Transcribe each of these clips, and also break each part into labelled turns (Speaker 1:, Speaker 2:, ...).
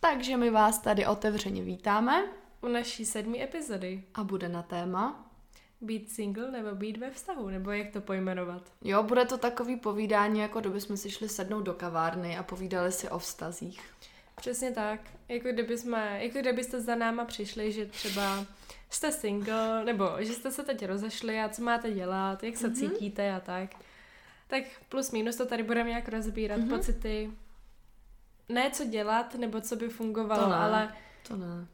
Speaker 1: Takže my vás tady otevřeně vítáme
Speaker 2: U naší sedmý epizody.
Speaker 1: a bude na téma.
Speaker 2: Být single nebo být ve vztahu, nebo jak to pojmenovat.
Speaker 1: Jo, bude to takový povídání, jako kdyby jsme si šli sednout do kavárny a povídali si o vztazích.
Speaker 2: Přesně tak. Jako, kdyby jsme, jako kdybyste za náma přišli, že třeba jste single, nebo že jste se teď rozešli a co máte dělat, jak se mm-hmm. cítíte a tak. Tak plus minus to tady budeme nějak rozbírat, mm-hmm. pocity. Ne co dělat, nebo co by fungovalo,
Speaker 1: To ne.
Speaker 2: ale...
Speaker 1: To ne.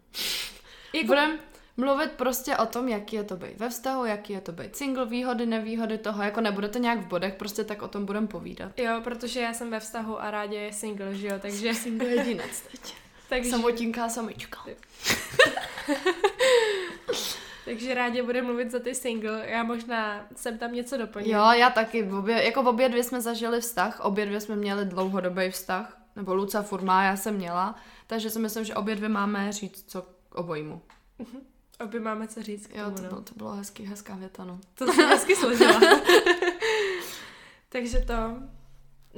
Speaker 2: Jako,
Speaker 1: Budeme mluvit prostě o tom, jaký je to být ve vztahu, jaký je to být single, výhody, nevýhody toho, jako nebude to nějak v bodech, prostě tak o tom budeme povídat.
Speaker 2: Jo, protože já jsem ve vztahu a rádi je single, že jo, takže...
Speaker 1: Single jedinec teď.
Speaker 2: takže
Speaker 1: Samotinká samička.
Speaker 2: Takže rádi bude mluvit za ty single, já možná jsem tam něco doplnila.
Speaker 1: Jo, já taky. V Obě, jako v obě dvě jsme zažili vztah, obě dvě jsme měli dlouhodobý vztah, nebo Luca furt má, já jsem měla, takže si myslím, že obě dvě máme říct co k obojímu.
Speaker 2: Obě máme co říct k
Speaker 1: Jo,
Speaker 2: tomu,
Speaker 1: to,
Speaker 2: no.
Speaker 1: bylo, to bylo hezký, hezká věta, no.
Speaker 2: To jsem hezky složila. Takže to...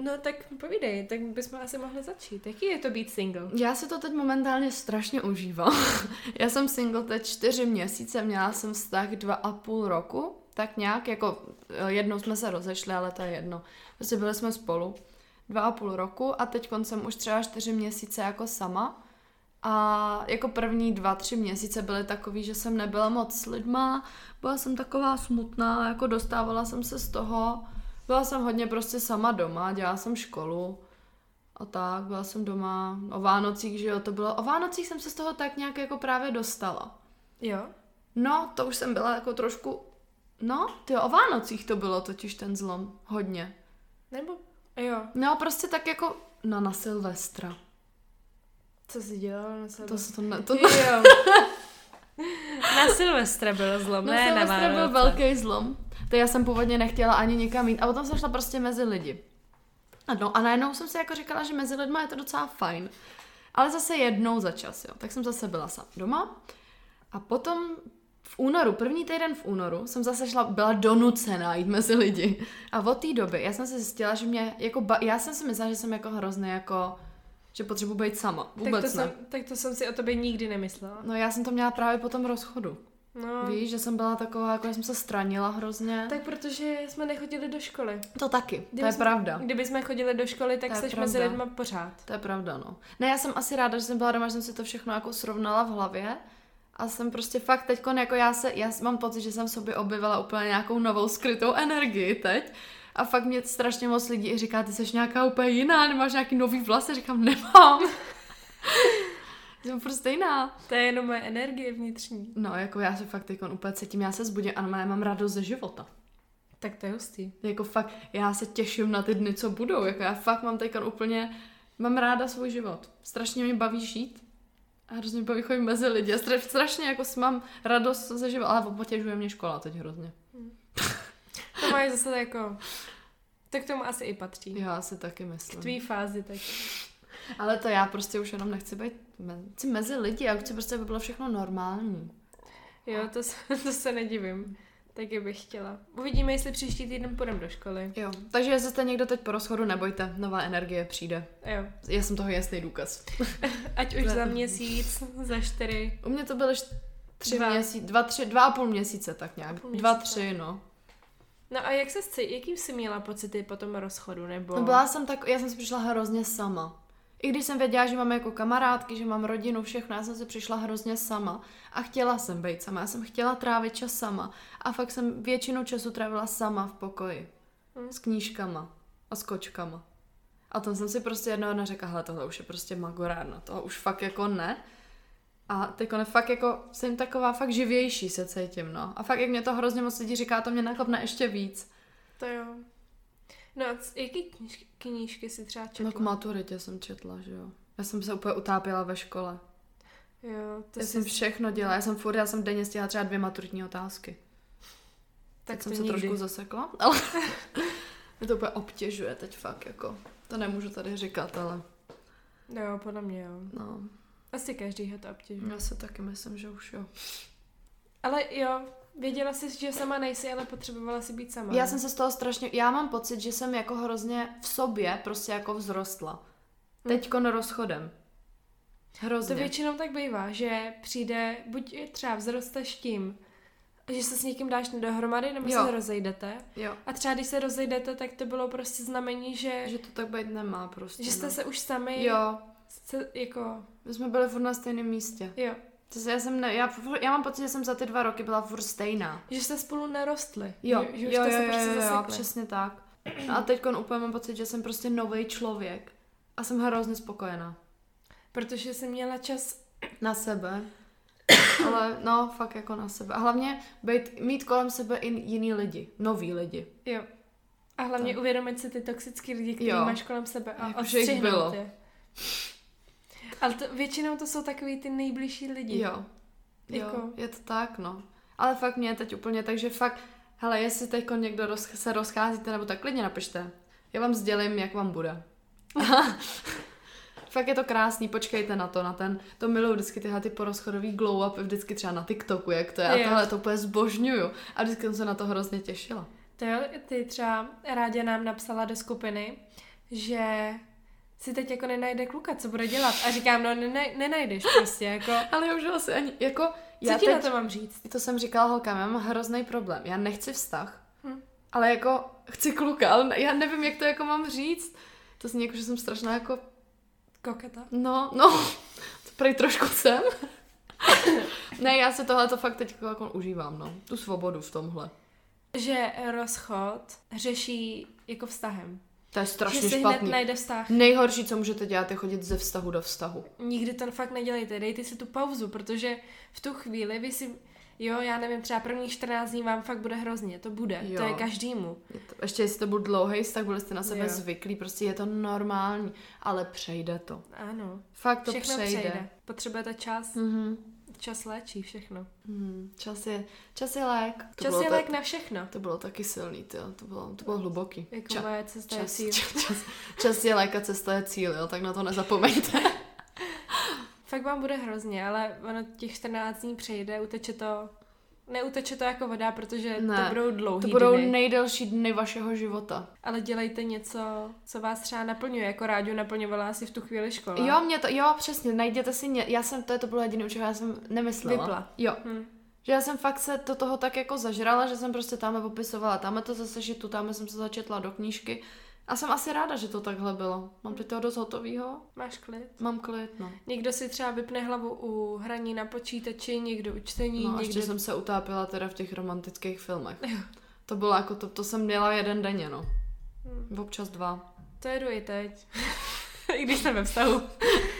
Speaker 2: No tak povídej, tak bychom asi mohli začít. Jaký je to být single?
Speaker 1: Já si to teď momentálně strašně užívám. Já jsem single teď čtyři měsíce, měla jsem vztah dva a půl roku, tak nějak, jako eh, jednou jsme se rozešli, ale to je jedno. Prostě byli jsme spolu dva a půl roku a teď jsem už třeba čtyři měsíce jako sama. A jako první dva, tři měsíce byly takový, že jsem nebyla moc s lidma, byla jsem taková smutná, jako dostávala jsem se z toho. Byla jsem hodně prostě sama doma, dělala jsem školu, a tak, byla jsem doma o Vánocích, že jo, to bylo, o Vánocích jsem se z toho tak nějak jako právě dostala.
Speaker 2: Jo?
Speaker 1: No, to už jsem byla jako trošku, no, ty o Vánocích to bylo totiž ten zlom, hodně.
Speaker 2: Nebo? Jo.
Speaker 1: No, prostě tak jako, no na Silvestra,
Speaker 2: Co jsi dělala na sebe?
Speaker 1: to se to ne, to ne,
Speaker 2: Jo. na Silvestra bylo zlom,
Speaker 1: na
Speaker 2: ne na
Speaker 1: Silvestra byl
Speaker 2: Vánoce.
Speaker 1: No velký zlom, to já jsem původně nechtěla ani nikam jít a potom jsem šla prostě mezi lidi. A, no, a najednou jsem si jako říkala, že mezi lidma je to docela fajn. Ale zase jednou za čas, jo. Tak jsem zase byla sama doma. A potom v únoru, první týden v únoru, jsem zase šla, byla donucená jít mezi lidi. A od té doby, já jsem si zjistila, že mě, jako, ba- já jsem si myslela, že jsem jako hrozně jako, že potřebuji být sama. Vůbec
Speaker 2: tak to,
Speaker 1: ne.
Speaker 2: jsem, tak to jsem si o tobě nikdy nemyslela.
Speaker 1: No já jsem to měla právě po tom rozchodu.
Speaker 2: No,
Speaker 1: Víš, že jsem byla taková, jako že jsem se stranila hrozně.
Speaker 2: tak protože jsme nechodili do školy.
Speaker 1: To taky, to
Speaker 2: Kdyby
Speaker 1: je
Speaker 2: jsme-
Speaker 1: pravda.
Speaker 2: Kdyby jsme chodili do školy, tak
Speaker 1: To je
Speaker 2: seš mezi
Speaker 1: pravda.
Speaker 2: lidma pořád.
Speaker 1: To je pravda, no. Ne, já jsem asi ráda, že jsem byla doma, že jsem si to všechno jako srovnala v hlavě a jsem prostě fakt teď, jako já se, já mám pocit, že jsem v sobě objevila úplně nějakou novou skrytou energii teď. A fakt mě strašně moc lidí i říká, ty jsi nějaká úplně jiná, nemáš nějaký nový vlas, já říkám, nemám. jsem prostě jiná.
Speaker 2: To je jenom moje energie vnitřní.
Speaker 1: No, jako já se fakt teď úplně cítím, já se zbudím a normálně mám radost ze života.
Speaker 2: Tak to je hustý.
Speaker 1: Jako fakt, já se těším na ty dny, co budou. Jako já fakt mám teďka úplně, mám ráda svůj život. Strašně mě baví žít. A hrozně mě baví chodit mezi lidi. A stra- strašně jako s- mám radost ze života, ale potěžuje mě škola teď hrozně.
Speaker 2: To máš zase jako... To k tomu asi i patří.
Speaker 1: Já si taky
Speaker 2: V
Speaker 1: myslím.
Speaker 2: tvý fázi tak.
Speaker 1: Ale to já prostě už jenom nechci být me- chci mezi lidi, já chci prostě, aby bylo všechno normální.
Speaker 2: Jo, to se, to se nedivím. Taky bych chtěla. Uvidíme, jestli příští týden půjdeme do školy.
Speaker 1: Jo, takže jestli jste někdo teď po rozchodu, nebojte, nová energie přijde.
Speaker 2: Jo.
Speaker 1: Já jsem toho jasný důkaz.
Speaker 2: Ať už
Speaker 1: To je-
Speaker 2: za měsíc, za čtyři.
Speaker 1: U mě to byly št- tři
Speaker 2: Dva.
Speaker 1: měsíce, dva, tři, dva a půl měsíce tak nějak.
Speaker 2: půl
Speaker 1: Dva,
Speaker 2: měsíce.
Speaker 1: tři, no.
Speaker 2: No a jak se jsi, jaký jsi měla pocity po tom rozchodu? Nebo...
Speaker 1: No byla jsem tak, já jsem si přišla hrozně sama. I když jsem věděla, že mám jako kamarádky, že mám rodinu, všechno, já jsem si přišla hrozně sama. A chtěla jsem být sama, já jsem chtěla trávit čas sama. A fakt jsem většinu času trávila sama v pokoji.
Speaker 2: Mm.
Speaker 1: S knížkama a s kočkama. A tam jsem si prostě jednoho dne řekla, hele, tohle už je prostě magorárna, to už fakt jako ne. A teď fakt jako jsem taková fakt živější se cítím, no. A fakt jak mě to hrozně moc lidí říká, to mě nakopne ještě víc.
Speaker 2: To jo. No a c- jaký knížky, knížky si třeba četla?
Speaker 1: No k maturitě jsem četla, že jo. Já jsem se úplně utápěla ve škole.
Speaker 2: Jo, to
Speaker 1: já jsem všechno dělala, já jsem furt, já jsem denně stihla třeba dvě maturitní otázky. Tak
Speaker 2: to
Speaker 1: jsem se
Speaker 2: nikdy.
Speaker 1: trošku zasekla, ale mě to úplně obtěžuje teď fakt, jako. To nemůžu tady říkat, ale
Speaker 2: No jo, podle mě jo.
Speaker 1: no,
Speaker 2: Asi každýho to obtěžuje.
Speaker 1: já se taky myslím, že už jo.
Speaker 2: Ale jo, věděla jsi, že sama nejsi, ale potřebovala si být sama.
Speaker 1: Já jsem se z toho strašně, já mám pocit, že jsem jako Hmm. hrozně v sobě prostě jako vzrostla. Teďko rozchodem. Hrozně.
Speaker 2: No To většinou tak bývá, že přijde, buď je třeba vzrosteš tím, že se s někým dáš dohromady, nebo
Speaker 1: Jo.
Speaker 2: jo. se rozejdete.
Speaker 1: Jo,
Speaker 2: A třeba když se rozejdete, tak to bylo prostě znamení, že, že,
Speaker 1: že to tak být nemá prostě.
Speaker 2: že jste
Speaker 1: no.
Speaker 2: se už sami
Speaker 1: Jo,
Speaker 2: se, jako,
Speaker 1: my jsme byli furt na stejném místě.
Speaker 2: jo,
Speaker 1: To se, já, jsem ne, já, furt- já mám pocit, že jsem za ty dva roky byla furt stejná.
Speaker 2: že jste spolu nerostli.
Speaker 1: Jo,
Speaker 2: že, že
Speaker 1: jo,
Speaker 2: už
Speaker 1: jo,
Speaker 2: jste
Speaker 1: jo,
Speaker 2: se prostě
Speaker 1: jo, jo,
Speaker 2: zasekli.
Speaker 1: přesně tak. A teď úplně mám pocit, že jsem prostě nový člověk. A jsem hrozně spokojená.
Speaker 2: Protože jsem měla čas,
Speaker 1: Na sebe. Ale no, fakt jako na sebe. A hlavně být, mít kolem sebe i jiný lidi. Nový lidi.
Speaker 2: jo. A hlavně uvědomit si ty toxické lidi, který
Speaker 1: Jo.
Speaker 2: máš kolem sebe a
Speaker 1: Jako, že jich
Speaker 2: odstřihnout
Speaker 1: bylo.
Speaker 2: je. Ale to, většinou to jsou takový ty nejbližší lidi.
Speaker 1: Jo. Jo,
Speaker 2: Jako-
Speaker 1: je to tak, no. Ale fakt mě je teď úplně, takže fakt, hele, jestli teď někdo roz, se rozcházíte, nebo tak klidně napište. Já vám sdělím, jak vám bude. fakt je to krásný, počkejte na to, na ten, to miluju vždycky tyhle ty porozchodový glow up, vždycky třeba na TikToku, jak to je, a
Speaker 2: Jo.
Speaker 1: tohle to úplně zbožňuju. A vždycky jsem se na to hrozně těšila.
Speaker 2: To jo, ty třeba rádě nám napsala do skupiny, že si teď jako nenajde kluka, co bude dělat. A říkám, no nenaj, nenajdeš prostě, jako,
Speaker 1: Ale já už asi ani, jako,
Speaker 2: co
Speaker 1: já
Speaker 2: ti
Speaker 1: teď,
Speaker 2: na to mám říct?
Speaker 1: to jsem říkala holkám, já mám hrozný problém, já nechci vztah,
Speaker 2: Hm.
Speaker 1: ale jako chci kluka, ale ne- já nevím, jak to jako mám říct. To zní jako, že jsem strašná jako,
Speaker 2: Koketa.
Speaker 1: no, no, to prej trošku jsem. ne, já se tohle to fakt teď jako užívám, no, tu svobodu v tomhle.
Speaker 2: Že rozchod řeší jako vztahem.
Speaker 1: To je strašně
Speaker 2: že si
Speaker 1: špatný.
Speaker 2: hned najde vztah.
Speaker 1: Nejhorší, co můžete dělat, je chodit ze vztahu do vztahu.
Speaker 2: Nikdy to fakt nedělejte, dejte si tu pauzu, protože v tu chvíli vy si, jo, já nevím, třeba prvních 14 dní vám fakt bude hrozně, to bude, jo. to
Speaker 1: Jo.
Speaker 2: je každému.
Speaker 1: Je to, ještě jestli to byl dlouhý vztah, byli jste na sebe
Speaker 2: Jo.
Speaker 1: zvyklí, prostě je to normální, ale přejde to.
Speaker 2: Ano,
Speaker 1: Fakt to
Speaker 2: to všechno
Speaker 1: přejde.
Speaker 2: přejde. přejde. Potřebujete čas,
Speaker 1: Mhm.
Speaker 2: čas léčí všechno.
Speaker 1: Hmm, čas, je, čas je lék. To
Speaker 2: čas
Speaker 1: bylo
Speaker 2: je
Speaker 1: ta-
Speaker 2: lék na všechno.
Speaker 1: To bylo taky silný, tyjo. to bylo, to bylo hluboký.
Speaker 2: Jako
Speaker 1: Ča-
Speaker 2: moje cesta je
Speaker 1: čas,
Speaker 2: cíl.
Speaker 1: čas, čas, čas je lék a cesta je cíl, jo, tak na to nezapomeňte.
Speaker 2: Fakt vám bude hrozně, ale ono těch 14 dní přejde, uteče to, neuteče to jako voda, protože
Speaker 1: Ne,
Speaker 2: to budou dlouhý
Speaker 1: To budou
Speaker 2: dny.
Speaker 1: nejdelší dny vašeho života.
Speaker 2: Ale dělejte něco, co vás třeba naplňuje, jako Ráďu naplňovala asi v tu chvíli škola.
Speaker 1: Jo, mě to, jo, přesně, najděte si, ně, já jsem, to, je to bylo jediné, čeho já jsem nemyslela.
Speaker 2: Vypla.
Speaker 1: Jo,
Speaker 2: Hm.
Speaker 1: že já jsem fakt se do toho tak jako zažrala, že jsem prostě tamhle popisovala, tamhle to zase šitu, tamhle jsem se začetla do knížky. A jsem asi ráda, že to takhle bylo. Mám teď toho dost hotovýho,
Speaker 2: Máš klid.
Speaker 1: mám klid, no.
Speaker 2: Někdo si třeba vypne hlavu u hraní na počítači, někdo u čtení,
Speaker 1: No a
Speaker 2: někdo...
Speaker 1: ještě jsem se utápila teda v těch romantických filmech. To bylo jako, to, to jsem měla jeden denně, no.
Speaker 2: Hmm.
Speaker 1: Občas dva.
Speaker 2: To jedu i teď. I když jsem ve vztahu.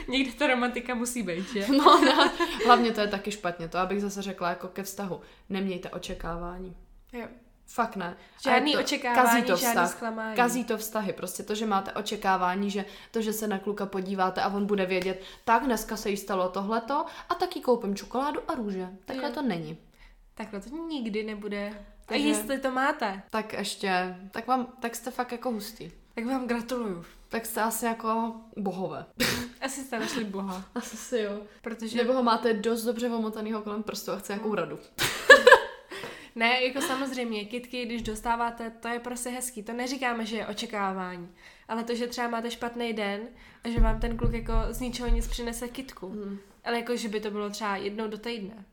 Speaker 2: Někde ta romantika musí být, že?
Speaker 1: No, no, hlavně to je taky špatně, to abych zase řekla jako ke vztahu. Nemějte očekávání.
Speaker 2: Jo.
Speaker 1: Fakt ne.
Speaker 2: Žádný
Speaker 1: A je
Speaker 2: očekávání,
Speaker 1: kazí to
Speaker 2: žádný
Speaker 1: vztah.
Speaker 2: zklamání.
Speaker 1: Kazí to vztahy, prostě to, že máte očekávání, že to, že se na kluka podíváte a on bude vědět, tak dneska se jí stalo tohleto a taky koupím čokoládu a růže. Takhle
Speaker 2: Jo.
Speaker 1: to není.
Speaker 2: Takhle to nikdy nebude.
Speaker 1: Takže-
Speaker 2: A jestli to máte,
Speaker 1: Tak ještě, tak vám, tak jste fakt jako hustý.
Speaker 2: tak vám gratuluju.
Speaker 1: Tak jste asi jako bohové.
Speaker 2: Asi jste našli Boha.
Speaker 1: Asi si jo.
Speaker 2: Protože...
Speaker 1: Nebo ho máte dost dobře omotanýho kolem prstu a chce
Speaker 2: No.
Speaker 1: jakou radu.
Speaker 2: Ne, jako samozřejmě, kitky, když dostáváte, to je prostě hezký. To neříkáme, že je očekávání. Ale to, že třeba máte špatný den a že vám ten kluk jako z ničeho nic přinese kitku.
Speaker 1: Hmm.
Speaker 2: Ale jako, že by to bylo třeba jednou do týdne.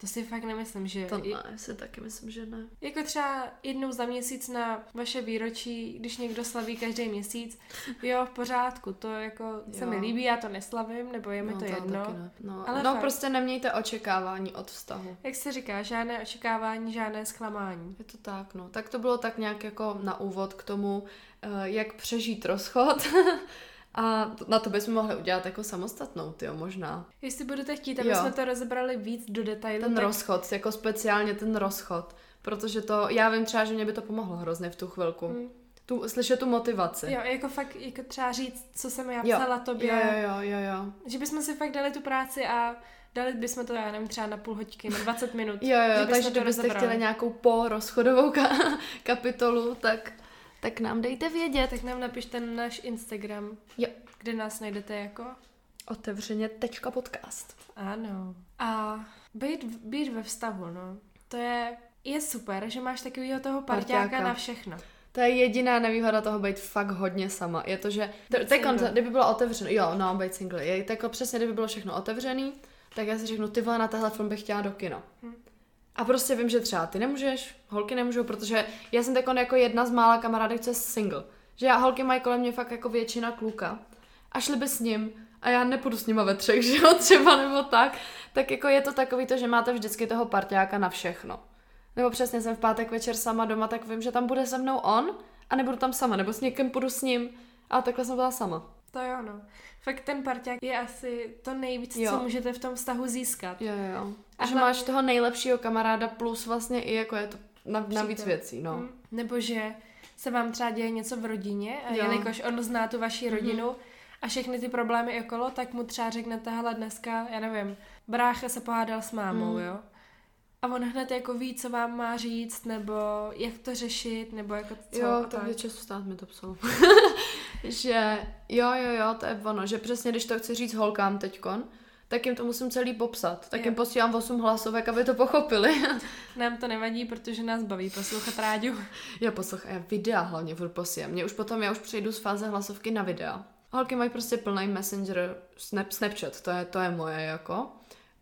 Speaker 2: To si fakt nemyslím, že...
Speaker 1: To ne, si taky myslím, že ne.
Speaker 2: Jako třeba jednou za měsíc na vaše výročí, když někdo slaví každý měsíc, jo, v pořádku, to jako se
Speaker 1: Jo.
Speaker 2: mi líbí, já to neslavím, nebo je mi
Speaker 1: no,
Speaker 2: to, jedno.
Speaker 1: Taky ne. No,
Speaker 2: Ale
Speaker 1: no
Speaker 2: fakt.
Speaker 1: prostě nemějte očekávání od vztahu.
Speaker 2: Jak se říká, žádné očekávání, žádné zklamání.
Speaker 1: Je to tak, no. Tak to bylo tak nějak jako na úvod k tomu, eh, jak přežít rozchod. A t- na to bychom mohli udělat jako samostatnou, tyjo, možná.
Speaker 2: Jestli budete chtít,
Speaker 1: Jo.
Speaker 2: aby jsme to rozebrali víc do detailu,
Speaker 1: Ten
Speaker 2: tak
Speaker 1: rozchod, jako speciálně ten rozchod. Protože to, já vím třeba, že mě by to pomohlo hrozně v tu chvilku.
Speaker 2: Mm.
Speaker 1: Tu, slyšet tu motivaci.
Speaker 2: jo, jako fakt jako třeba říct, co jsem já
Speaker 1: Jo.
Speaker 2: psala tobě,
Speaker 1: jo, jo, jo, jo.
Speaker 2: že bychom si fakt dali tu práci a dali bychom to, já nevím, třeba na půl hoďky, na 20 minut.
Speaker 1: Jo, jo,
Speaker 2: že
Speaker 1: jo
Speaker 2: bychom
Speaker 1: takže kdybyste
Speaker 2: rozebrali.
Speaker 1: chtěli nějakou porozchodovou ka- kapitolu, tak, tak nám dejte vědět.
Speaker 2: Tak nám napište na náš Instagram,
Speaker 1: Jo.
Speaker 2: kde nás najdete jako...
Speaker 1: Otevřeně tečka podcast.
Speaker 2: Ano. A být, v- být ve vztahu, no, to je, je super, že máš takového toho parťáka
Speaker 1: Parťáka.
Speaker 2: na všechno.
Speaker 1: To je jediná nevýhoda toho být fakt hodně sama. Je to, že
Speaker 2: Být
Speaker 1: te,
Speaker 2: single.
Speaker 1: kdyby bylo otevřeno, jo, no, být single, je tako přesně, kdyby bylo všechno otevřený, tak já si řeknu, ty vole, na tenhle film bych chtěla do kina. A prostě vím, že třeba ty nemůžeš, holky nemůžou, protože já jsem takon jako jedna z mála kamarádek, co je single. Že já holky mají kolem mě fakt jako většina kluka. A šli by s ním a já nepůjdu s nima ve třech, že jo, třeba nebo tak. Tak jako je to takový to, že máte vždycky toho parťáka na všechno. Nebo přesně jsem v pátek večer sama doma, tak vím, že tam bude se mnou on a nebudu tam sama, nebo s někým půjdu s ním. A takhle jsem byla sama.
Speaker 2: To jo, no. Fakt ten parťák je asi to nejvíc,
Speaker 1: Jo.
Speaker 2: co můžete v tom vztahu získat.
Speaker 1: Jo, jo, jo.
Speaker 2: A
Speaker 1: A že
Speaker 2: hlavně-
Speaker 1: máš toho nejlepšího kamaráda plus vlastně i jako je to na, na víc
Speaker 2: Přítel.
Speaker 1: věcí, no.
Speaker 2: Hm? Nebo že se vám třeba děje něco v rodině a
Speaker 1: Jo. Mhm.
Speaker 2: jelikož on zná tu vaši rodinu a všechny ty problémy okolo, tak mu třeba řeknete, hele dneska, já nevím, brácha se pohádal s mámou,
Speaker 1: Mhm.
Speaker 2: jo? A on hned jako ví, co vám má říct, nebo jak to řešit, nebo jako co
Speaker 1: jo,
Speaker 2: a
Speaker 1: tak
Speaker 2: tak.
Speaker 1: Večesu stát mi to psal. že jo, jo, jo, to je ono, že přesně když to chci říct holkám teďkon, tak jim to musím celý popsat. Tak
Speaker 2: Jo.
Speaker 1: jim posílám 8 hlasovek, aby to pochopili.
Speaker 2: Nám to nevadí, protože nás baví poslouchat rádiu.
Speaker 1: já poslouchám, já videa hlavně furt posílám. Mě už potom, já už přejdu z fáze hlasovky na videa. Holky mají prostě plný messenger, snap, Snapchat, to je, to je moje jako.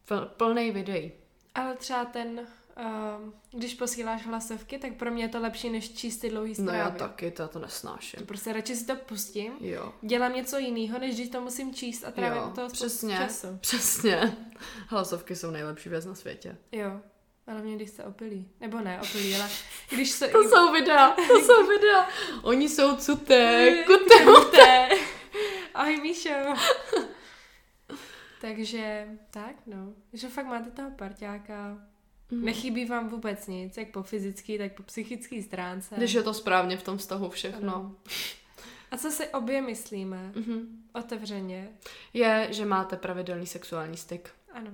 Speaker 1: Pl, plný videí.
Speaker 2: Ale třeba ten, ehm, když posíláš hlasovky, tak pro mě je to lepší, než číst ty dlouhý
Speaker 1: No
Speaker 2: zprávy.
Speaker 1: já taky, to, já to nesnáším.
Speaker 2: Prostě radši si to pustím
Speaker 1: Jo.
Speaker 2: dělám něco jiného, než když to musím číst a trávím
Speaker 1: Jo,
Speaker 2: to
Speaker 1: přesně.
Speaker 2: času.
Speaker 1: Přesně. Hlasovky jsou nejlepší věc na světě.
Speaker 2: Jo, a hlavně když se opilí. Nebo ne, opilí, ale když se...
Speaker 1: To jsou videa, to jsou videa. Oni jsou cutek, kutek.
Speaker 2: kuté. Ahoj, Míšo. Takže tak, no. Že fakt máte toho parťáka.
Speaker 1: Mhm.
Speaker 2: Mm. Nechybí vám vůbec nic, jak po fyzický, tak po psychický stránce.
Speaker 1: Když je no. to správně v tom vztahu všechno.
Speaker 2: Ano. A co si obě myslíme?
Speaker 1: Mhm.
Speaker 2: Otevřeně.
Speaker 1: Je, že máte pravidelný sexuální styk.
Speaker 2: Ano.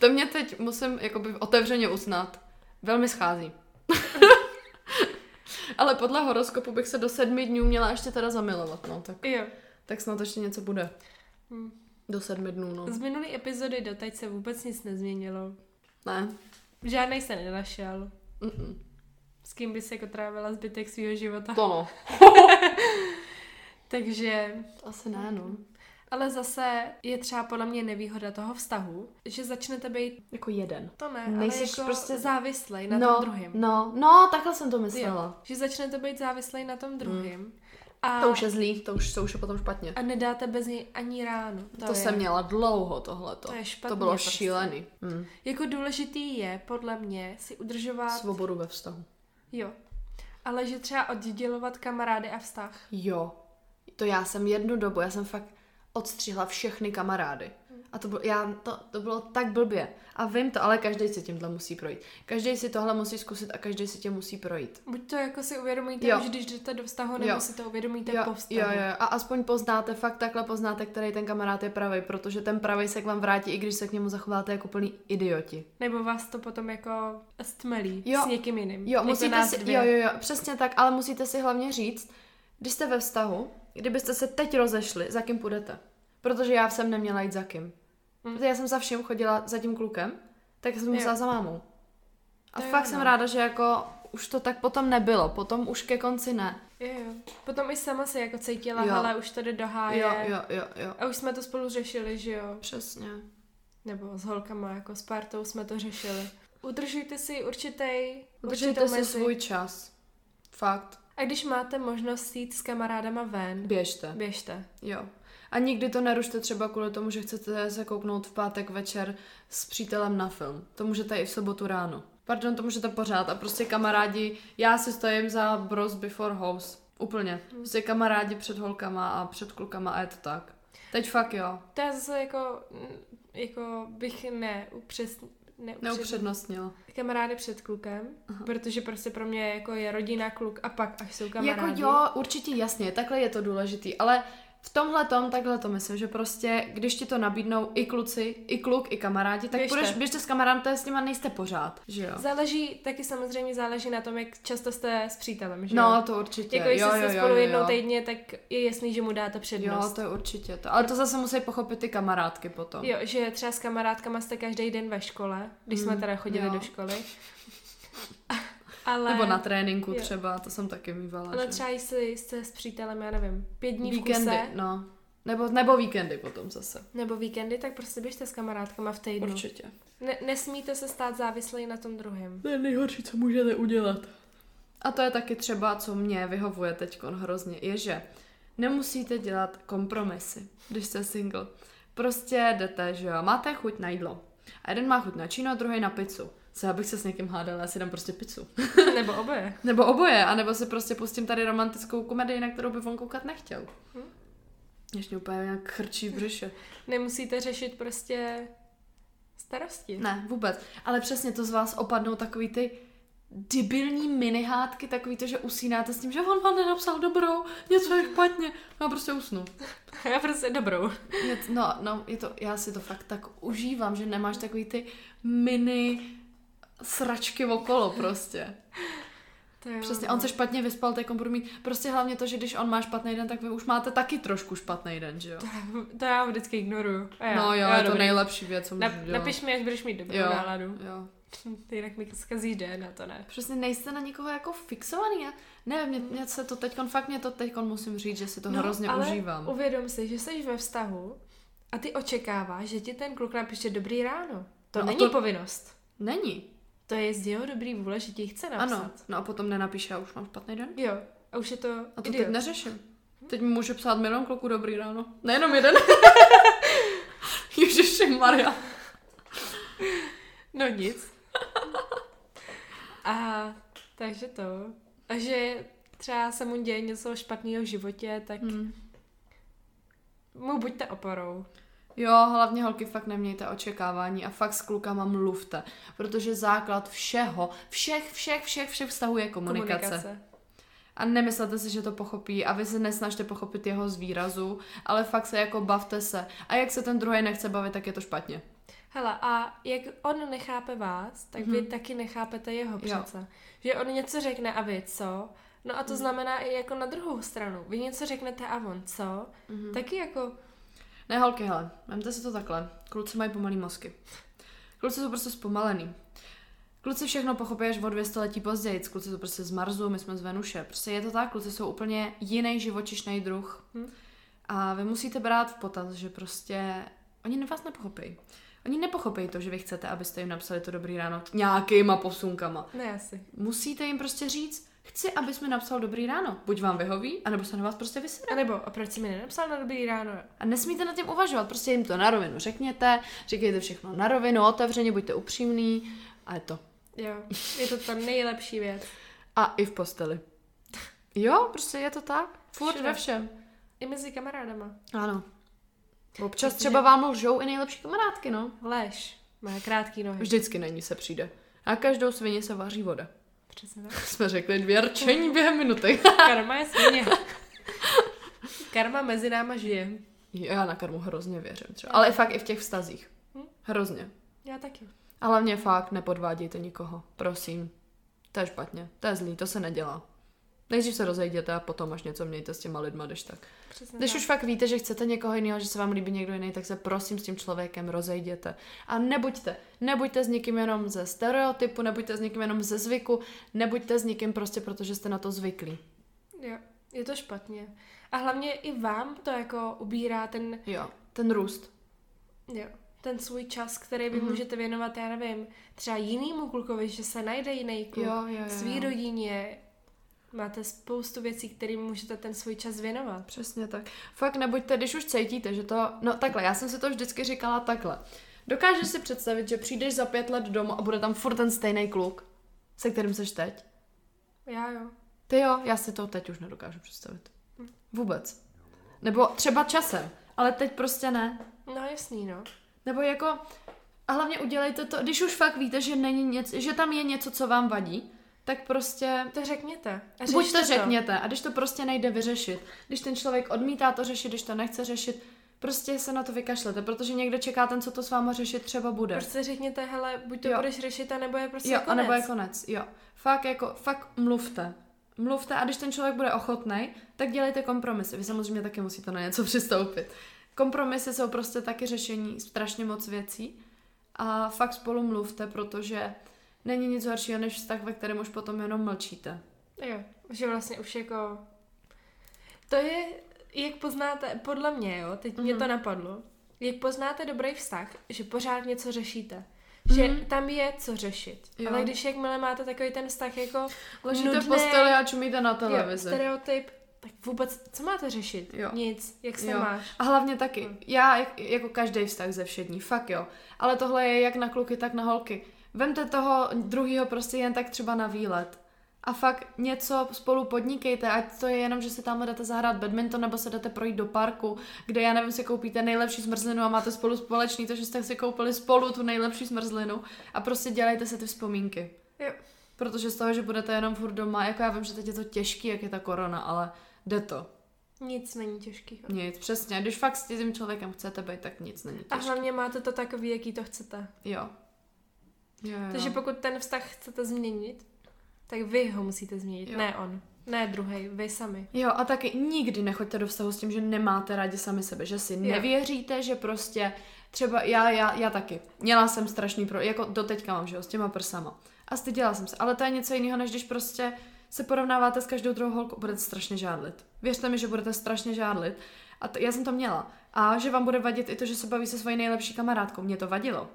Speaker 1: To mě teď musím jakoby otevřeně uznat. Velmi schází. Ale podle horoskopu bych se do sedmi dnů měla ještě teda zamilovat, no. Tak,
Speaker 2: Jo.
Speaker 1: tak snad ještě něco bude.
Speaker 2: Hm.
Speaker 1: Do sedmi dnů, no.
Speaker 2: Z minulý epizody doteď se vůbec nic nezměnilo.
Speaker 1: Ne.
Speaker 2: Žádnej se nenašel.
Speaker 1: Mm-mm.
Speaker 2: s kým by se jako trávila zbytek svého života.
Speaker 1: To no.
Speaker 2: Takže,
Speaker 1: Asi ne, no.
Speaker 2: ale zase je třeba podle mě nevýhoda toho vztahu, že začnete být,
Speaker 1: Jako jeden.
Speaker 2: to ne, ale
Speaker 1: Nejseš
Speaker 2: jako
Speaker 1: prostě-
Speaker 2: prostě závislej na
Speaker 1: no,
Speaker 2: tom druhém.
Speaker 1: no, no, takhle jsem to myslela.
Speaker 2: Že začnete být závislej na tom druhém. A,
Speaker 1: Hmm. To už je zlý, to už, to už je potom špatně.
Speaker 2: a nedáte bez něj ani ráno. To,
Speaker 1: To,
Speaker 2: je.
Speaker 1: jsem měla dlouho tohleto.
Speaker 2: To je
Speaker 1: to
Speaker 2: špatně
Speaker 1: bylo
Speaker 2: prostě.
Speaker 1: šílený. Mm.
Speaker 2: Jako důležitý je, podle mě, si udržovat...
Speaker 1: Svobodu ve vztahu.
Speaker 2: Jo. Ale že třeba oddělovat kamarády a vztah.
Speaker 1: Jo. To já jsem jednu dobu, já jsem fakt odstřihla všechny kamarády. A to bylo, já, to, to bylo tak blbě. A vím to, ale každý si tímhle musí projít. Každý si tohle musí zkusit a každý si tě musí projít.
Speaker 2: Buď to jako si uvědomíte,
Speaker 1: Jo.
Speaker 2: jo. už když jdete do vztahu, nebo
Speaker 1: Jo.
Speaker 2: si to uvědomíte
Speaker 1: Jo,
Speaker 2: po
Speaker 1: jo,
Speaker 2: vztahu.
Speaker 1: jo, a aspoň poznáte, fakt takhle poznáte, který ten kamarád je pravý, protože ten pravý se k vám vrátí, i když se k němu zachováte jako plný idioti.
Speaker 2: Nebo vás to potom jako stmelí
Speaker 1: Jo.
Speaker 2: s někým jiným.
Speaker 1: Jo,
Speaker 2: jako
Speaker 1: musíte
Speaker 2: nás
Speaker 1: si,
Speaker 2: dvě.
Speaker 1: jo, jo, jo, přesně tak, ale musíte si hlavně říct, když jste ve vztahu, kdybyste se teď rozešli, za kým půjdete. Protože já jsem neměla jít za kým.
Speaker 2: Mm.
Speaker 1: Protože já jsem za vším chodila za tím klukem, tak jsem musela za mámou. A
Speaker 2: To jo,
Speaker 1: fakt jsem
Speaker 2: no.
Speaker 1: ráda, že jako už to tak potom nebylo, potom už ke konci ne.
Speaker 2: jo, jo. Potom i sama se jako cítila,
Speaker 1: Jo.
Speaker 2: hele, už tady doháje.
Speaker 1: Jo, jo, jo, jo.
Speaker 2: A už jsme to spolu řešili, že jo.
Speaker 1: Přesně.
Speaker 2: Nebo s holkama, jako s partou jsme to řešili. Udržujte si určitý,
Speaker 1: Držíte si svůj čas. Fakt.
Speaker 2: A když máte možnost jít s kamarádama ven,
Speaker 1: Běžte.
Speaker 2: běžte.
Speaker 1: Jo. A nikdy to nerušte třeba kvůli tomu, že chcete se kouknout v pátek večer s přítelem na film. To můžete i v sobotu ráno. Pardon, to můžete pořád. A prostě kamarádi, já si stojím za bros before house. Úplně.
Speaker 2: Hm.
Speaker 1: Prostě kamarádi před holkama a před klukama a je to tak. Teď fakt jo.
Speaker 2: To já zase jako, mm, jako bych neupřesn... neupřesn...
Speaker 1: Neupřednostnila.
Speaker 2: kamarády před klukem, Aha. protože prostě pro mě jako je rodina kluk a pak až jsou
Speaker 1: Jako
Speaker 2: kamarádi.
Speaker 1: jo, určitě jasně, takhle je to důležitý, ale v tomhle tom, takhle to myslím, že prostě, když ti to nabídnou i kluci, i kluk, i kamarádi, tak
Speaker 2: Běžte.
Speaker 1: budeš, běžte s kamarádem, to je s nima nejste pořád, že jo?
Speaker 2: Záleží, taky samozřejmě záleží na tom, jak často jste s přítelem, že
Speaker 1: No,
Speaker 2: jo?
Speaker 1: to určitě.
Speaker 2: Jako jestli
Speaker 1: jo,
Speaker 2: jste
Speaker 1: jo,
Speaker 2: spolu
Speaker 1: jo, jo,
Speaker 2: jednou
Speaker 1: jo.
Speaker 2: týdně, tak je jasný, že mu dáte
Speaker 1: Jo,
Speaker 2: přednost.
Speaker 1: to je určitě to. Ale to zase musí pochopit ty kamarádky potom.
Speaker 2: Jo, že třeba s
Speaker 1: Mm,
Speaker 2: kamarádkama jste každý den ve škole, když jsme teda chodili
Speaker 1: jo.
Speaker 2: do školy. Ale...
Speaker 1: Nebo na tréninku
Speaker 2: Jo.
Speaker 1: třeba, to jsem taky mývala.
Speaker 2: Ale
Speaker 1: že?
Speaker 2: třeba jestli jste s přítelem, já nevím, pět dní v
Speaker 1: víkendy,
Speaker 2: kuse,
Speaker 1: no. Nebo, nebo víkendy potom zase.
Speaker 2: nebo víkendy, tak prostě běžte s kamarádkama v týdnu.
Speaker 1: Určitě.
Speaker 2: Ne- nesmíte se stát závislí na tom druhém.
Speaker 1: To je nejhorší, co můžete udělat. A to je taky třeba, co mě vyhovuje teď hrozně, je, že nemusíte dělat kompromisy, když jste single. Prostě jdete, že jo, máte chuť na jídlo. A jeden má chuť na číno, druhý na pizzu. Co já bych se s někým hádala, já si dám prostě pizzu.
Speaker 2: Nebo oboje.
Speaker 1: Nebo oboje, anebo si prostě pustím tady romantickou komedii, na kterou by on koukat nechtěl.
Speaker 2: Hm.
Speaker 1: Ještě úplně nějak chrčí v břiše.
Speaker 2: Nemusíte řešit prostě starosti.
Speaker 1: Ne, vůbec. Ale přesně to z vás opadnou takový ty debilní minihádky, takový to, že usínáte s tím, že on vám nenapsal dobrou, něco je špatně. Já prostě usnu.
Speaker 2: Já prostě dobrou.
Speaker 1: Je t- No, no, je to, já si to fakt tak užívám, že nemáš takový ty mini sračky okolo prostě.
Speaker 2: To jo,
Speaker 1: Přesně,
Speaker 2: no.
Speaker 1: on se špatně vyspal, tak on budu mít. Prostě hlavně to, že když on má špatný den, tak vy už máte taky trošku špatný den, že jo?
Speaker 2: To já vždycky ignoruju. A já,
Speaker 1: no jo,
Speaker 2: já
Speaker 1: je to
Speaker 2: dobrý.
Speaker 1: nejlepší věc, co můžu
Speaker 2: Na,
Speaker 1: dělat.
Speaker 2: napiš mi, až budeš mít dobrou
Speaker 1: jo,
Speaker 2: náladu.
Speaker 1: jo.
Speaker 2: Ty jinak mi zkazíš den a to ne.
Speaker 1: Přesně nejste na někoho jako fixovaný. Já nevím, mě, mě se to teďkon, fakt mě to teďkon musím říct, že si to no, hrozně
Speaker 2: ale
Speaker 1: užívám.
Speaker 2: uvědom si, že jsi ve vztahu a ty očekáváš, že ti ten kluk napíše dobrý ráno. To
Speaker 1: No a
Speaker 2: není
Speaker 1: to-
Speaker 2: povinnost.
Speaker 1: Není.
Speaker 2: To je z jeho dobrý vůle, že ti chce napsat.
Speaker 1: Ano. No a potom nenapíše, já už mám špatný den.
Speaker 2: Jo, a už je to
Speaker 1: A to
Speaker 2: idiot.
Speaker 1: teď neřeším. Teď mi může psát milion kluků dobrý ráno. Nejenom jeden. Ježiši Maria.
Speaker 2: No nic. a takže to. A že třeba se mu děje něco špatného v životě, tak
Speaker 1: Hmm.
Speaker 2: mu buďte oporou.
Speaker 1: Jo, hlavně holky fakt nemějte očekávání a fakt s klukama mluvte, protože základ všeho, všech, všech, všech, všech vztahů je komunikace. komunikace. A nemyslete si, že to pochopí a vy se nesnažte pochopit jeho z výrazu, ale fakt se jako bavte se. A jak se ten druhý nechce bavit, tak je to špatně.
Speaker 2: Hele, a jak on nechápe vás, tak vy taky nechápete jeho přece. Že on něco řekne a vy co? No a to znamená i jako na druhou stranu. Vy něco řeknete a on co? Taky jako...
Speaker 1: Ne, holky, hele, vemte si to takhle. Kluci mají pomalý mozky. Kluci jsou prostě zpomalený. Kluci všechno pochopí až o 200 letí později. Kluci jsou prostě z Marsu, my jsme z Venuše. Prostě je to tak, kluci jsou úplně jiný živočišný druh.
Speaker 2: Hm.
Speaker 1: A vy musíte brát v potaz, že prostě oni ne- vás nepochopí. Oni nepochopí to, že vy chcete, abyste jim napsali to dobrý ráno nějakýma posunkama.
Speaker 2: Ne asi.
Speaker 1: musíte jim prostě říct, chci, abys mi napsal dobrý ráno. Buď vám vyhoví, anebo se na vás prostě vysere.
Speaker 2: A nebo, a proč si mi nenapsal na dobrý ráno?
Speaker 1: A nesmíte nad tím uvažovat, prostě jim to na rovinu řekněte, říkejte všechno na rovinu, otevřeně, buďte upřímný a je to.
Speaker 2: Jo, je to ta nejlepší věc.
Speaker 1: A i v posteli. Jo, prostě je to tak. Furt
Speaker 2: Všude.
Speaker 1: ve všem.
Speaker 2: I mezi kamarádama.
Speaker 1: Ano. Občas třeba vám lžou i nejlepší kamarádky, no.
Speaker 2: Lež. Má krátký nohy.
Speaker 1: Vždycky na ní se přijde. Na každou svině se vaří voda.
Speaker 2: Přesně tak.
Speaker 1: Jsme řekli dvě rčení během minuty.
Speaker 2: Karma je svině. Karma mezi náma žije.
Speaker 1: Já na karmu hrozně věřím třeba. Ale fakt i v těch vztazích.
Speaker 2: Hm.
Speaker 1: Hrozně.
Speaker 2: Já taky.
Speaker 1: A hlavně fakt nepodvádějte nikoho, prosím. To je špatně, to je zlý, to se nedělá. Nejdřív se rozejděte a potom až něco mějte s těma lidma, když tak.
Speaker 2: Přesně
Speaker 1: Když
Speaker 2: tak.
Speaker 1: už fakt víte, že chcete někoho jiného, že se vám líbí někdo jiný, tak se prosím s tím člověkem rozejděte. A nebuďte, nebuďte s někým jenom ze stereotypu, nebuďte s někým jenom ze zvyku, nebuďte s někým prostě, protože jste na to zvyklí.
Speaker 2: Jo, je to špatně. A hlavně i vám to jako ubírá ten,
Speaker 1: Jo, ten růst.
Speaker 2: jo, ten svůj čas, který vy
Speaker 1: Mhm.
Speaker 2: můžete věnovat, já nevím, třeba jinýmu klukovi, že se najde jiný kluk,
Speaker 1: Jo, jo, jo,
Speaker 2: svý
Speaker 1: jo.
Speaker 2: rodině. Máte spoustu věcí, kterým můžete ten svůj čas věnovat.
Speaker 1: Přesně tak. Fakt nebuďte, když už cítíte, že to... No takhle, já jsem si to vždycky říkala takhle. Dokážeš si představit, že přijdeš za pět let domů a bude tam furt ten stejný kluk, se kterým seš teď?
Speaker 2: Já jo.
Speaker 1: Ty jo, já si to teď už nedokážu představit. Vůbec. Nebo třeba časem, ale teď prostě ne.
Speaker 2: No jasný, no.
Speaker 1: Nebo jako, a hlavně udělejte to, když už fakt víte, že, není něco, že tam je něco, co vám vadí, tak prostě
Speaker 2: To řekněte. A
Speaker 1: Buď to
Speaker 2: řešte
Speaker 1: řekněte, a když to prostě nejde vyřešit, když ten člověk odmítá to řešit, když to nechce řešit, prostě se na to vykašlete, protože někdo čeká ten, co to s váma řešit třeba bude.
Speaker 2: Prostě řekněte, hele, buď to
Speaker 1: Jo.
Speaker 2: budeš řešit, anebo je prostě
Speaker 1: jo,
Speaker 2: konec.
Speaker 1: a nebo je konec, jo. Fakt jako, fakt mluvte. Mluvte a když ten člověk bude ochotný, tak dělejte kompromisy. Vy samozřejmě taky musíte na něco přistoupit. Kompromisy jsou prostě taky řešení strašně moc věcí a fakt spolu mluvte, protože není nic horšího, než vztah, ve kterém už potom jenom mlčíte.
Speaker 2: Jo, že vlastně už jako... To je, jak poznáte, podle mě, jo, teď mm-hmm. mě
Speaker 1: Mhm.
Speaker 2: to napadlo, jak poznáte dobrý vztah, že pořád něco řešíte. Že
Speaker 1: Mhm.
Speaker 2: mm-hmm. tam je co řešit.
Speaker 1: Jo.
Speaker 2: Jo. Ale když jakmile máte takový ten vztah jako
Speaker 1: Ležíte v
Speaker 2: Nudnej.
Speaker 1: posteli a čumíte na
Speaker 2: jo,
Speaker 1: televizi.
Speaker 2: stereotyp, tak vůbec, co máte řešit?
Speaker 1: Jo.
Speaker 2: Nic, jak se
Speaker 1: Jo.
Speaker 2: máš.
Speaker 1: A hlavně taky,
Speaker 2: Hm.
Speaker 1: já jak- jako každý vztah ze všední, fakt jo. Ale tohle je jak na kluky, tak na holky. Vemte toho druhýho prostě jen tak třeba na výlet. A fakt něco spolu podnikejte, ať to je jenom, že si tam jdete zahrát badminton nebo se jdete projít do parku, kde já nevím, si koupíte nejlepší zmrzlinu a máte spolu společný to, že jste si koupili spolu tu nejlepší zmrzlinu a prostě dělejte se ty vzpomínky.
Speaker 2: Jo.
Speaker 1: Protože z toho, že budete jenom furt doma, jako já vím, že teď je to těžký, jak je ta korona, ale jde to.
Speaker 2: Nic není těžkého.
Speaker 1: Nic, přesně. Když fakt s tím člověkem chcete být, tak nic není
Speaker 2: A
Speaker 1: těžké.
Speaker 2: hlavně máte to takový, jaký to chcete.
Speaker 1: Jo. Jo, jo.
Speaker 2: Takže pokud ten vztah chcete změnit, tak vy ho musíte změnit,
Speaker 1: Jo.
Speaker 2: jo. ne on. Ne druhý, vy sami.
Speaker 1: jo, a taky nikdy nechoďte do vztahu s tím, že nemáte rádi sami sebe, že si nevěříte, že prostě třeba já, já, já taky. Měla jsem strašný pro, jako doteďka mám, že jo, s těma prsama. A styděla jsem se, ale to je něco jiného, než když prostě se porovnáváte s každou druhou holkou, budete strašně žádlit. Věřte mi, že budete strašně žádlit. A t- já jsem to měla. A že vám bude vadit i to, že se baví se svojí nejlepší kamarádkou. Mě to vadilo.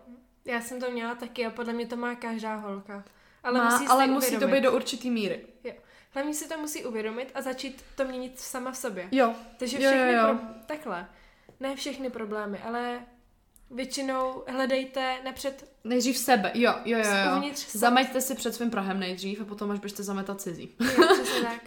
Speaker 2: Já jsem to měla taky a podle mě to má každá holka. Ale
Speaker 1: Má,
Speaker 2: musí, si
Speaker 1: ale musí to
Speaker 2: uvědomit.
Speaker 1: být do určitý míry.
Speaker 2: Jo. Hlavně si to musí uvědomit a začít to měnit sama v sobě.
Speaker 1: Jo,
Speaker 2: Takže
Speaker 1: Jo, jo,
Speaker 2: všechny jo,
Speaker 1: jo.
Speaker 2: jo, Pro... takhle. Ne všechny problémy, ale většinou hledejte napřed
Speaker 1: Nejdřív sebe, jo, jo, jo, jo.
Speaker 2: uvnitř sebe.
Speaker 1: Zameťte si před svým Prahem nejdřív a potom až běžte zametat cizí.
Speaker 2: Jo, přesně tak.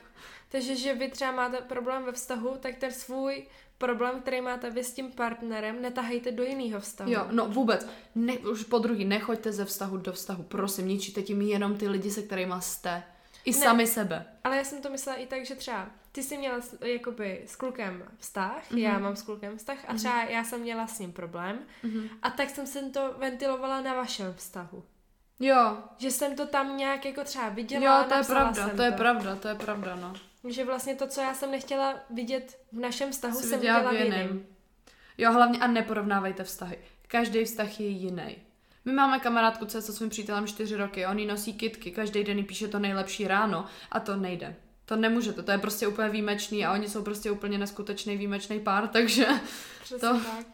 Speaker 2: Takže, že vy třeba máte problém ve vztahu, tak ten svůj problém, který máte vy s tím partnerem, netahejte do jiného vztahu.
Speaker 1: Jo, no vůbec. Ne, už po druhý, nechoďte ze vztahu do vztahu, prosím, ničíte tím jenom ty lidi, se kterými jste. I
Speaker 2: Ne.
Speaker 1: sami sebe.
Speaker 2: Ale já jsem to myslela i tak, že třeba ty jsi měla s- jakoby s klukem vztah, mm-hmm. já mám s klukem vztah a třeba já jsem měla s ním problém
Speaker 1: Mhm.
Speaker 2: a tak jsem se to ventilovala na vašem vztahu.
Speaker 1: Jo,
Speaker 2: Že jsem to tam nějak jako třeba viděla
Speaker 1: jo,
Speaker 2: a
Speaker 1: to je
Speaker 2: napsala
Speaker 1: pravda,
Speaker 2: jsem
Speaker 1: to je pravda, to je pravda, no.
Speaker 2: Že vlastně to, co já jsem nechtěla vidět v našem vztahu,
Speaker 1: Jsi
Speaker 2: jsem
Speaker 1: viděla
Speaker 2: viděla v
Speaker 1: v jiném.
Speaker 2: jiném.
Speaker 1: Jo, hlavně a neporovnávejte vztahy. Každý vztah je jiný. My máme kamarádku, co je se svým přítelem 4 roky, on jí nosí kitky, každý den jí píše to nejlepší ráno a to nejde. To nemůžete, to je prostě úplně výjimečný a oni jsou prostě úplně neskutečný výjimečný pár, takže
Speaker 2: Přesně
Speaker 1: To-
Speaker 2: to... tak.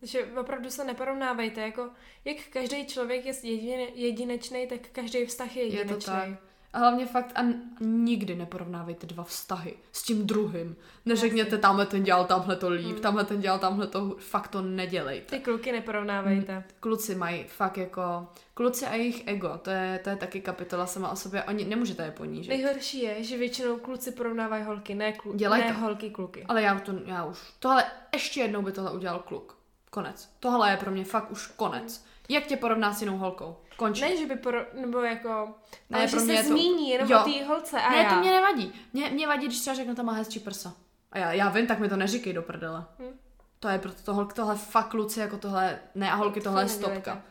Speaker 2: Takže opravdu se neporovnávejte, jako jak každý člověk je jedine, jedinečný, tak každý vztah je
Speaker 1: je to
Speaker 2: jedinečný.
Speaker 1: tak. A hlavně fakt, a n- nikdy neporovnávejte dva vztahy s tím druhým. Neřekněte, tamhle ten dělal tamhle to líp,
Speaker 2: Hmm.
Speaker 1: tamhle ten dělal tamhle to, hůř. fakt to nedělejte.
Speaker 2: Ty kluky neporovnávejte.
Speaker 1: kluci mají fakt jako, kluci a jejich ego, to je, to je taky kapitola sama o sobě, oni nemůžete je ponížit.
Speaker 2: Nejhorší je, že většinou kluci porovnávají holky, ne, klu-
Speaker 1: Dělají
Speaker 2: ne
Speaker 1: to.
Speaker 2: holky kluky.
Speaker 1: Ale já, to, já už, tohle ještě jednou by tohle udělal kluk. Konec. Tohle je pro mě fakt už konec. Jak tě porovná s jinou holkou? Končí.
Speaker 2: Ne, že by poro... nebo jako...
Speaker 1: Ne,
Speaker 2: Ne, ale že
Speaker 1: pro mě je
Speaker 2: se
Speaker 1: to-
Speaker 2: zmíní jenom
Speaker 1: Jo.
Speaker 2: o té holce a
Speaker 1: ne
Speaker 2: já.
Speaker 1: to mě nevadí. Mě, mě vadí, když třeba řeknu, tam má hezčí prsa. A já, já vím, tak mi to neříkej do prdele.
Speaker 2: Hm.
Speaker 1: To je proto to holky, tohle fakt kluci jako tohle, ne a holky
Speaker 2: To
Speaker 1: tohle je
Speaker 2: nedělejte.
Speaker 1: stopka.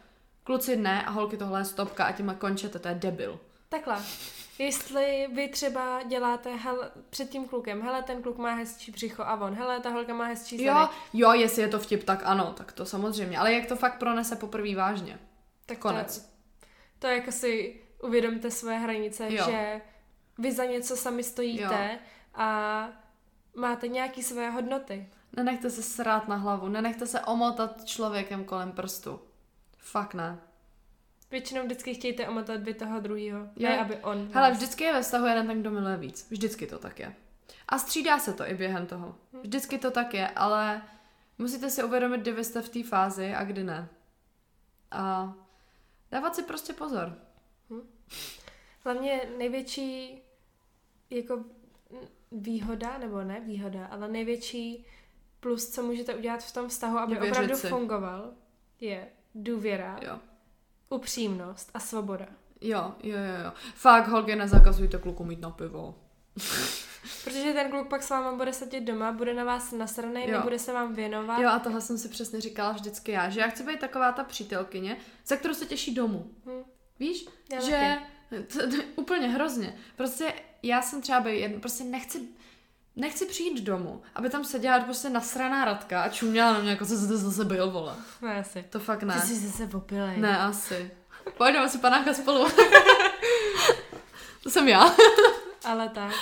Speaker 1: Kluci ne a holky tohle je stopka a tím končete, to je debil.
Speaker 2: Takhle. Jestli vy třeba děláte hele, před tím klukem, hele, ten kluk má hezčí břicho a on, hele, ta holka má hezčí zady,
Speaker 1: Jo, jo, jestli je to vtip, tak ano, tak to samozřejmě. Ale jak to fakt pronese poprvé vážně?
Speaker 2: tak
Speaker 1: konec.
Speaker 2: To, to jako si uvědomte svoje hranice,
Speaker 1: Jo.
Speaker 2: že vy za něco sami stojíte
Speaker 1: Jo.
Speaker 2: a máte nějaký své hodnoty.
Speaker 1: Nenechte se srát na hlavu, nenechte se omotat člověkem kolem prstu. Fakt ne.
Speaker 2: Většinou vždycky chtějte omotat vy toho druhého,
Speaker 1: Jo.
Speaker 2: ne aby on.
Speaker 1: Hele,
Speaker 2: vás.
Speaker 1: vždycky je ve vztahu jeden ten, kdo miluje víc. Vždycky to tak je. A střídá se to i během toho. Vždycky to tak je, ale musíte si uvědomit, kdy vy jste v té fázi a kdy ne. A dávat si prostě pozor.
Speaker 2: Hlavně největší jako mm, výhoda, nebo ne výhoda, ale největší plus, co můžete udělat v tom vztahu, aby
Speaker 1: Je věřit
Speaker 2: opravdu
Speaker 1: si.
Speaker 2: fungoval, je důvěra,
Speaker 1: Jo.
Speaker 2: upřímnost a svoboda.
Speaker 1: Jo, jo, jo, jo. Fakt, holky, nezakazujte kluku mít na pivo.
Speaker 2: Protože ten kluk pak s váma bude sedět doma, bude na vás nasranej,
Speaker 1: Jo.
Speaker 2: nebude se vám věnovat.
Speaker 1: Jo, a tohle jsem si přesně říkala vždycky já, že já chci být taková ta přítelkyně, za kterou se těší domů.
Speaker 2: Hm.
Speaker 1: Víš,
Speaker 2: Já
Speaker 1: že to, to, je úplně hrozně. Prostě já jsem třeba by jedn, prostě nechci, nechci přijít domů, aby tam seděla prostě nasraná Radka a
Speaker 2: No,
Speaker 1: čuměla na mě jako, co jsi to zase byl, vole.
Speaker 2: Ne, asi.
Speaker 1: To fakt ne.
Speaker 2: Ty jsi zase popilej.
Speaker 1: Ne, asi. Pojedeme si panáka spolu. to jsem já.
Speaker 2: Ale tak.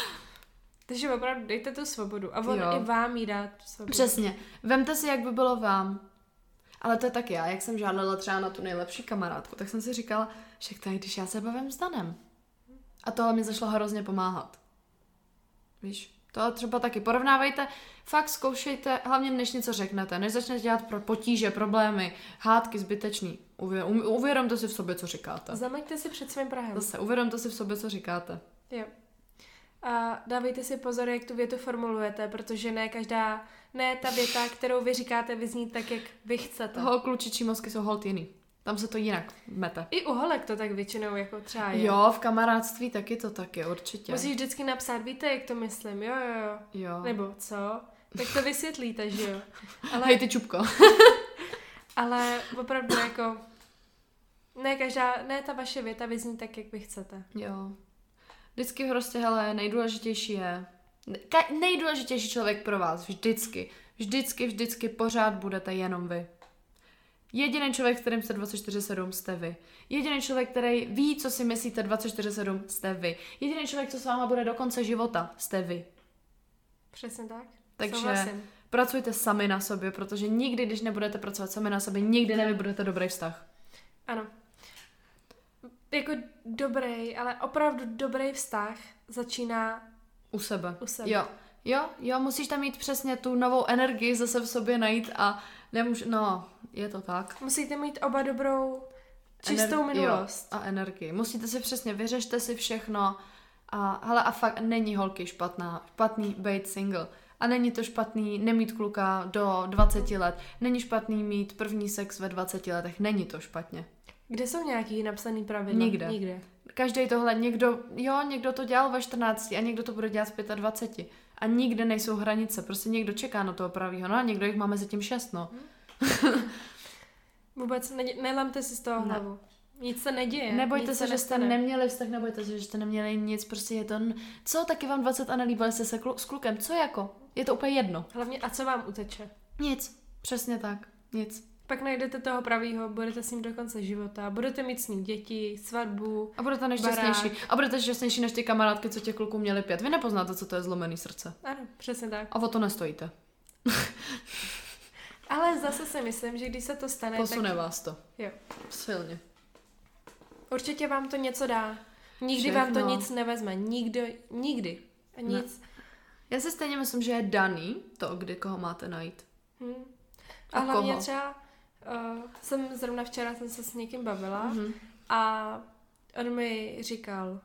Speaker 2: Takže opravdu dejte tu svobodu. A on
Speaker 1: Jo.
Speaker 2: i vám jí dá tu svobodu.
Speaker 1: Přesně. Vemte si, jak by bylo vám. Ale to je tak já, jak jsem žádala třeba na tu nejlepší kamarádku, tak jsem si říkala, že tak když já se bavím s Danem. A tohle mi zašlo hrozně pomáhat. Víš, to třeba taky porovnávejte, fakt zkoušejte, hlavně než něco řeknete, než začnete dělat pro potíže, problémy, hádky zbytečný. Uvěr, um- uvědomte si v sobě, co říkáte.
Speaker 2: Zameďte si před svým Prahem.
Speaker 1: Zase, uvědomte si v sobě, co říkáte.
Speaker 2: Jo. A dávejte si pozor, jak tu větu formulujete, protože ne každá, ne ta věta, kterou vy říkáte, vyzní tak, jak vy chcete.
Speaker 1: Toho klučičí mozky jsou holt jiný. Tam se to jinak mete.
Speaker 2: I u holek to tak většinou jako třeba je.
Speaker 1: Jo, v kamarádství taky to taky, určitě.
Speaker 2: Musíš vždycky napsat, víte, jak to myslím, jo, jo, jo.
Speaker 1: Jo.
Speaker 2: Nebo co? Tak to vysvětlíte, že jo. Ale,
Speaker 1: Hej, ty čupko.
Speaker 2: ale opravdu jako, ne každá, ne ta vaše věta vyzní tak, jak vy chcete.
Speaker 1: Jo. Vždycky prostě, hele, nejdůležitější je... Ka- nejdůležitější člověk pro vás, vždycky. Vždycky, vždycky, pořád budete jenom vy. Jediný člověk, s kterým jste 24-7, jste vy. Jediný člověk, který ví, co si myslíte 24-7, jste vy. Jediný člověk, co s váma bude do konce života, jste vy.
Speaker 2: Přesně tak.
Speaker 1: Takže-
Speaker 2: Souhlasím.
Speaker 1: Pracujte sami na sobě, protože nikdy, když nebudete pracovat sami na sobě, nikdy nevybudete dobrý vztah.
Speaker 2: Ano. Jako dobrý, ale opravdu dobrý vztah začíná
Speaker 1: U sebe.
Speaker 2: U sebe.
Speaker 1: Jo. Jo, jo, musíš tam mít přesně tu novou energii zase v sobě najít a nemůž... No, je to tak.
Speaker 2: Musíte mít oba dobrou, čistou
Speaker 1: Ener-
Speaker 2: minulost.
Speaker 1: Jo, a energii. Musíte si přesně, vyřešte si všechno a hele, a fakt není holky špatná, špatný být single. A není to špatný nemít kluka do 20 let, není špatný mít první sex ve 20 letech, není to špatně.
Speaker 2: Kde jsou nějaký napsaný pravidla?
Speaker 1: Nikde.
Speaker 2: Nikde.
Speaker 1: Každý tohle, někdo, jo, někdo to dělal ve 14 a někdo to bude dělat v 25. A nikde nejsou hranice, prostě někdo čeká na toho pravýho, no a někdo jich má mezi tím šest, no.
Speaker 2: Vůbec ne- nelamte si z toho
Speaker 1: Ne.
Speaker 2: hlavu. Nic se neděje.
Speaker 1: Nebojte
Speaker 2: nic
Speaker 1: se, že jste
Speaker 2: nestane.
Speaker 1: neměli vztah, nebojte se, že jste neměli nic, prostě je to, n- co, taky vám 20 a nelíbili jste se klu- s klukem, co jako? Je to úplně jedno.
Speaker 2: Hlavně, a co vám uteče?
Speaker 1: Nic, přesně tak, nic.
Speaker 2: Pak najdete toho pravýho, budete s ním do konce života, budete mít s ním děti, svatbu.
Speaker 1: A budete nešťastnější. A budete šťastnější než ty kamarádky, co těch kluků měli pět. Vy nepoznáte, co to je zlomený srdce.
Speaker 2: Ano, přesně tak.
Speaker 1: A o to nestojíte.
Speaker 2: Ale zase si myslím, že když se to stane,
Speaker 1: Posune vás to.
Speaker 2: tak jo,
Speaker 1: Silně.
Speaker 2: určitě vám to něco dá. Nikdy vám to
Speaker 1: Všechno.
Speaker 2: nic nevezme. Nikdo, nikdy. A nic.
Speaker 1: Já si stejně myslím, že je daný to, kdy koho máte najít.
Speaker 2: Hm. A,
Speaker 1: A
Speaker 2: hlavně
Speaker 1: koho?
Speaker 2: třeba uh, jsem zrovna včera jsem se s někým bavila
Speaker 1: Mhm.
Speaker 2: a on mi říkal,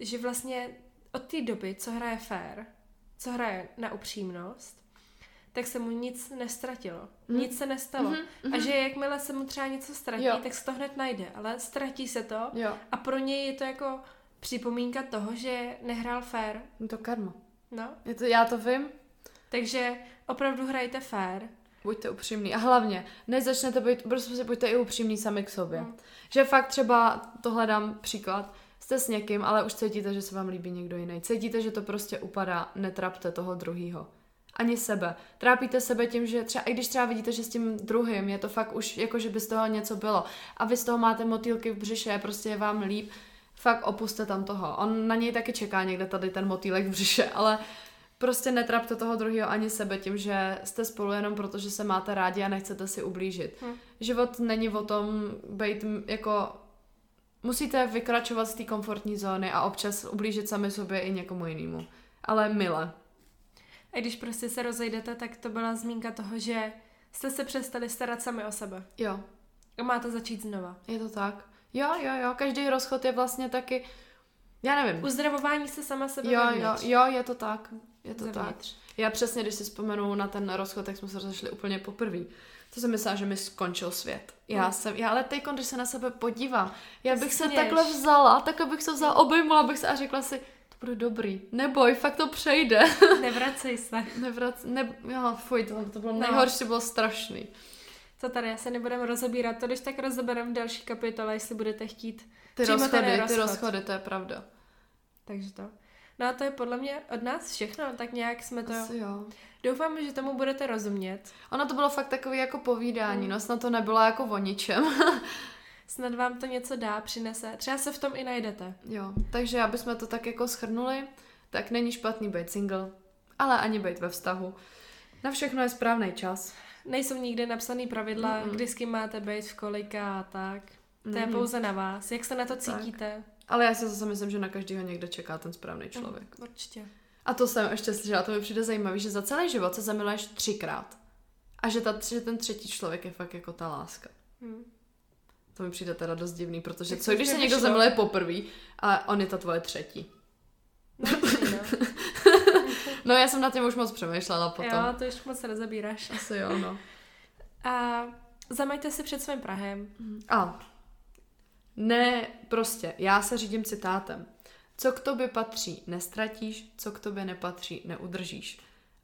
Speaker 2: že vlastně od té doby, co hraje fair, co hraje na upřímnost, tak se mu nic nestratilo.
Speaker 1: Mhm.
Speaker 2: Nic se nestalo.
Speaker 1: Mhm,
Speaker 2: A že jakmile se mu třeba něco ztratí,
Speaker 1: Jo.
Speaker 2: tak se to hned najde. Ale ztratí se to
Speaker 1: Jo,
Speaker 2: a pro něj je to jako připomínka toho, že nehrál fair.
Speaker 1: je to karma.
Speaker 2: No,
Speaker 1: Je to, já to vím,
Speaker 2: takže opravdu hrajte fair.
Speaker 1: Buďte upřímní. A hlavně, než začnete být, prostě buďte i upřímní sami k sobě.
Speaker 2: Mm.
Speaker 1: Že fakt třeba, tohle dám příklad, jste s někým, ale už cítíte, že se vám líbí někdo jiný. Cítíte, že to prostě upadá, netrapte toho druhýho. Ani sebe. Trápíte sebe tím, že třeba, i když třeba vidíte, že s tím druhým je to fakt už, jako že by z toho něco bylo a vy z toho máte motýlky v břiše, prostě je vám líp, fakt opuste tam toho. On na něj taky čeká někde tady ten motýlek v břiše, ale prostě netrapte toho druhého ani sebe tím, že jste spolu jenom proto, že se máte rádi a nechcete si ublížit.
Speaker 2: Hm.
Speaker 1: Život není o tom být m- jako musíte vykračovat z té komfortní zóny a občas ublížit sami sobě i někomu jinému. Ale mile.
Speaker 2: A když prostě se rozejdete, tak to byla zmínka toho, že jste se přestali starat sami o sebe.
Speaker 1: Jo,
Speaker 2: A máte začít znova.
Speaker 1: je to tak. Jo, jo, jo, každý rozchod je vlastně taky, já nevím.
Speaker 2: Uzdravování se sama sebe
Speaker 1: Jo, jo,
Speaker 2: vevnitř.
Speaker 1: jo, je to tak. Je to tak.
Speaker 2: Zevnitř.
Speaker 1: Já přesně, když si vzpomenu na ten rozchod, tak jsme se rozešli úplně poprvé. To jsem myslela, že mi skončil svět. Já
Speaker 2: Hm.
Speaker 1: jsem, já ale teď, když se na sebe podívám, já
Speaker 2: To
Speaker 1: bych se
Speaker 2: směš.
Speaker 1: takhle vzala, takhle bych se vzala, obejmula bych se a řekla si, to bude dobrý, neboj, fakt to přejde.
Speaker 2: Nevracej se.
Speaker 1: Nevrac, ne, jo, fuj, to, to
Speaker 2: No.
Speaker 1: bylo nejhorší, to bylo strašný.
Speaker 2: To tady asi nebudeme rozebírat, to když tak rozebereme v další kapitole, jestli budete chtít.
Speaker 1: Ty
Speaker 2: Přímo ten
Speaker 1: rozchody, ty
Speaker 2: rozchod.
Speaker 1: rozchody, to je pravda.
Speaker 2: Takže to. No a to je podle mě od nás všechno, tak nějak jsme to...
Speaker 1: Asi jo.
Speaker 2: Doufám, že tomu budete rozumět. Hmm.
Speaker 1: Ono to bylo fakt takové jako povídání, no snad to nebylo jako o ničem.
Speaker 2: Snad vám to něco dá, přinese. Třeba se v tom i najdete.
Speaker 1: Jo, takže aby jsme to tak jako schrnuli, tak není špatný být single, ale ani být ve vztahu. Na všechno je správný čas.
Speaker 2: Nejsou nikde napsané pravidla,
Speaker 1: Mm-mm.
Speaker 2: mm kdy s kým máte být, v kolika a tak. To je
Speaker 1: Mhm.
Speaker 2: pouze na vás. Jak se na to cítíte?
Speaker 1: Ale já si zase myslím, že na každého někde čeká ten správný člověk.
Speaker 2: Mm, Určitě.
Speaker 1: A to jsem ještě slyšela, to mi přijde zajímavé, že za celý život se zamiluješ třikrát. A že, ta, že ten třetí člověk je fakt jako ta láska.
Speaker 2: Hm.
Speaker 1: To mi přijde teda dost divný, protože
Speaker 2: Tak
Speaker 1: co
Speaker 2: to
Speaker 1: když
Speaker 2: už
Speaker 1: se
Speaker 2: mi
Speaker 1: někdo
Speaker 2: vyšlo.
Speaker 1: zamiluje poprvé a on je ta tvoje třetí.
Speaker 2: No, jasně, no.
Speaker 1: No já jsem nad tím už moc přemýšlela potom.
Speaker 2: jo, to už moc rozebíráš.
Speaker 1: Asi jo, no.
Speaker 2: A zamajte si před svým Prahem.
Speaker 1: A ne, prostě, já se řídím citátem. Co k tobě patří, nestratíš, co k tobě nepatří, neudržíš.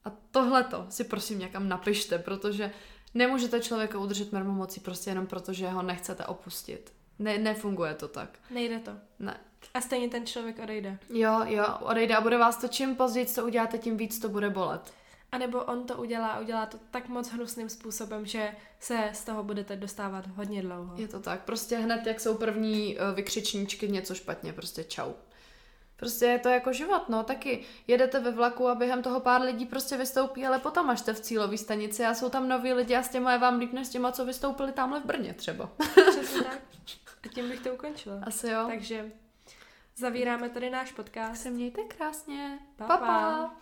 Speaker 1: A tohleto si prosím někam napište, protože nemůžete člověka udržet mermomocí prostě jenom proto, že ho nechcete opustit. Ne, nefunguje to tak.
Speaker 2: Nejde to.
Speaker 1: Ne.
Speaker 2: A stejně ten člověk odejde.
Speaker 1: Jo, jo, odejde a bude vás to čím později, co uděláte, tím víc to bude bolet.
Speaker 2: A nebo on to udělá a udělá to tak moc hnusným způsobem, že se z toho budete dostávat hodně dlouho.
Speaker 1: Je to tak, prostě hned jak jsou první eh, vykřičníčky něco špatně, prostě čau. Prostě je to jako život, no, taky jedete ve vlaku a během toho pár lidí prostě vystoupí, ale potom až jste v cílové stanici a jsou tam noví lidi a s těma je vám líp než s těma, co vystoupili tamhle v Brně třeba.
Speaker 2: Přesně tak. A tím bych to ukončila.
Speaker 1: Asi jo.
Speaker 2: Takže zavíráme tady náš podcast.
Speaker 1: se mějte krásně.
Speaker 2: Pa,
Speaker 1: pa.
Speaker 2: pa.
Speaker 1: pa.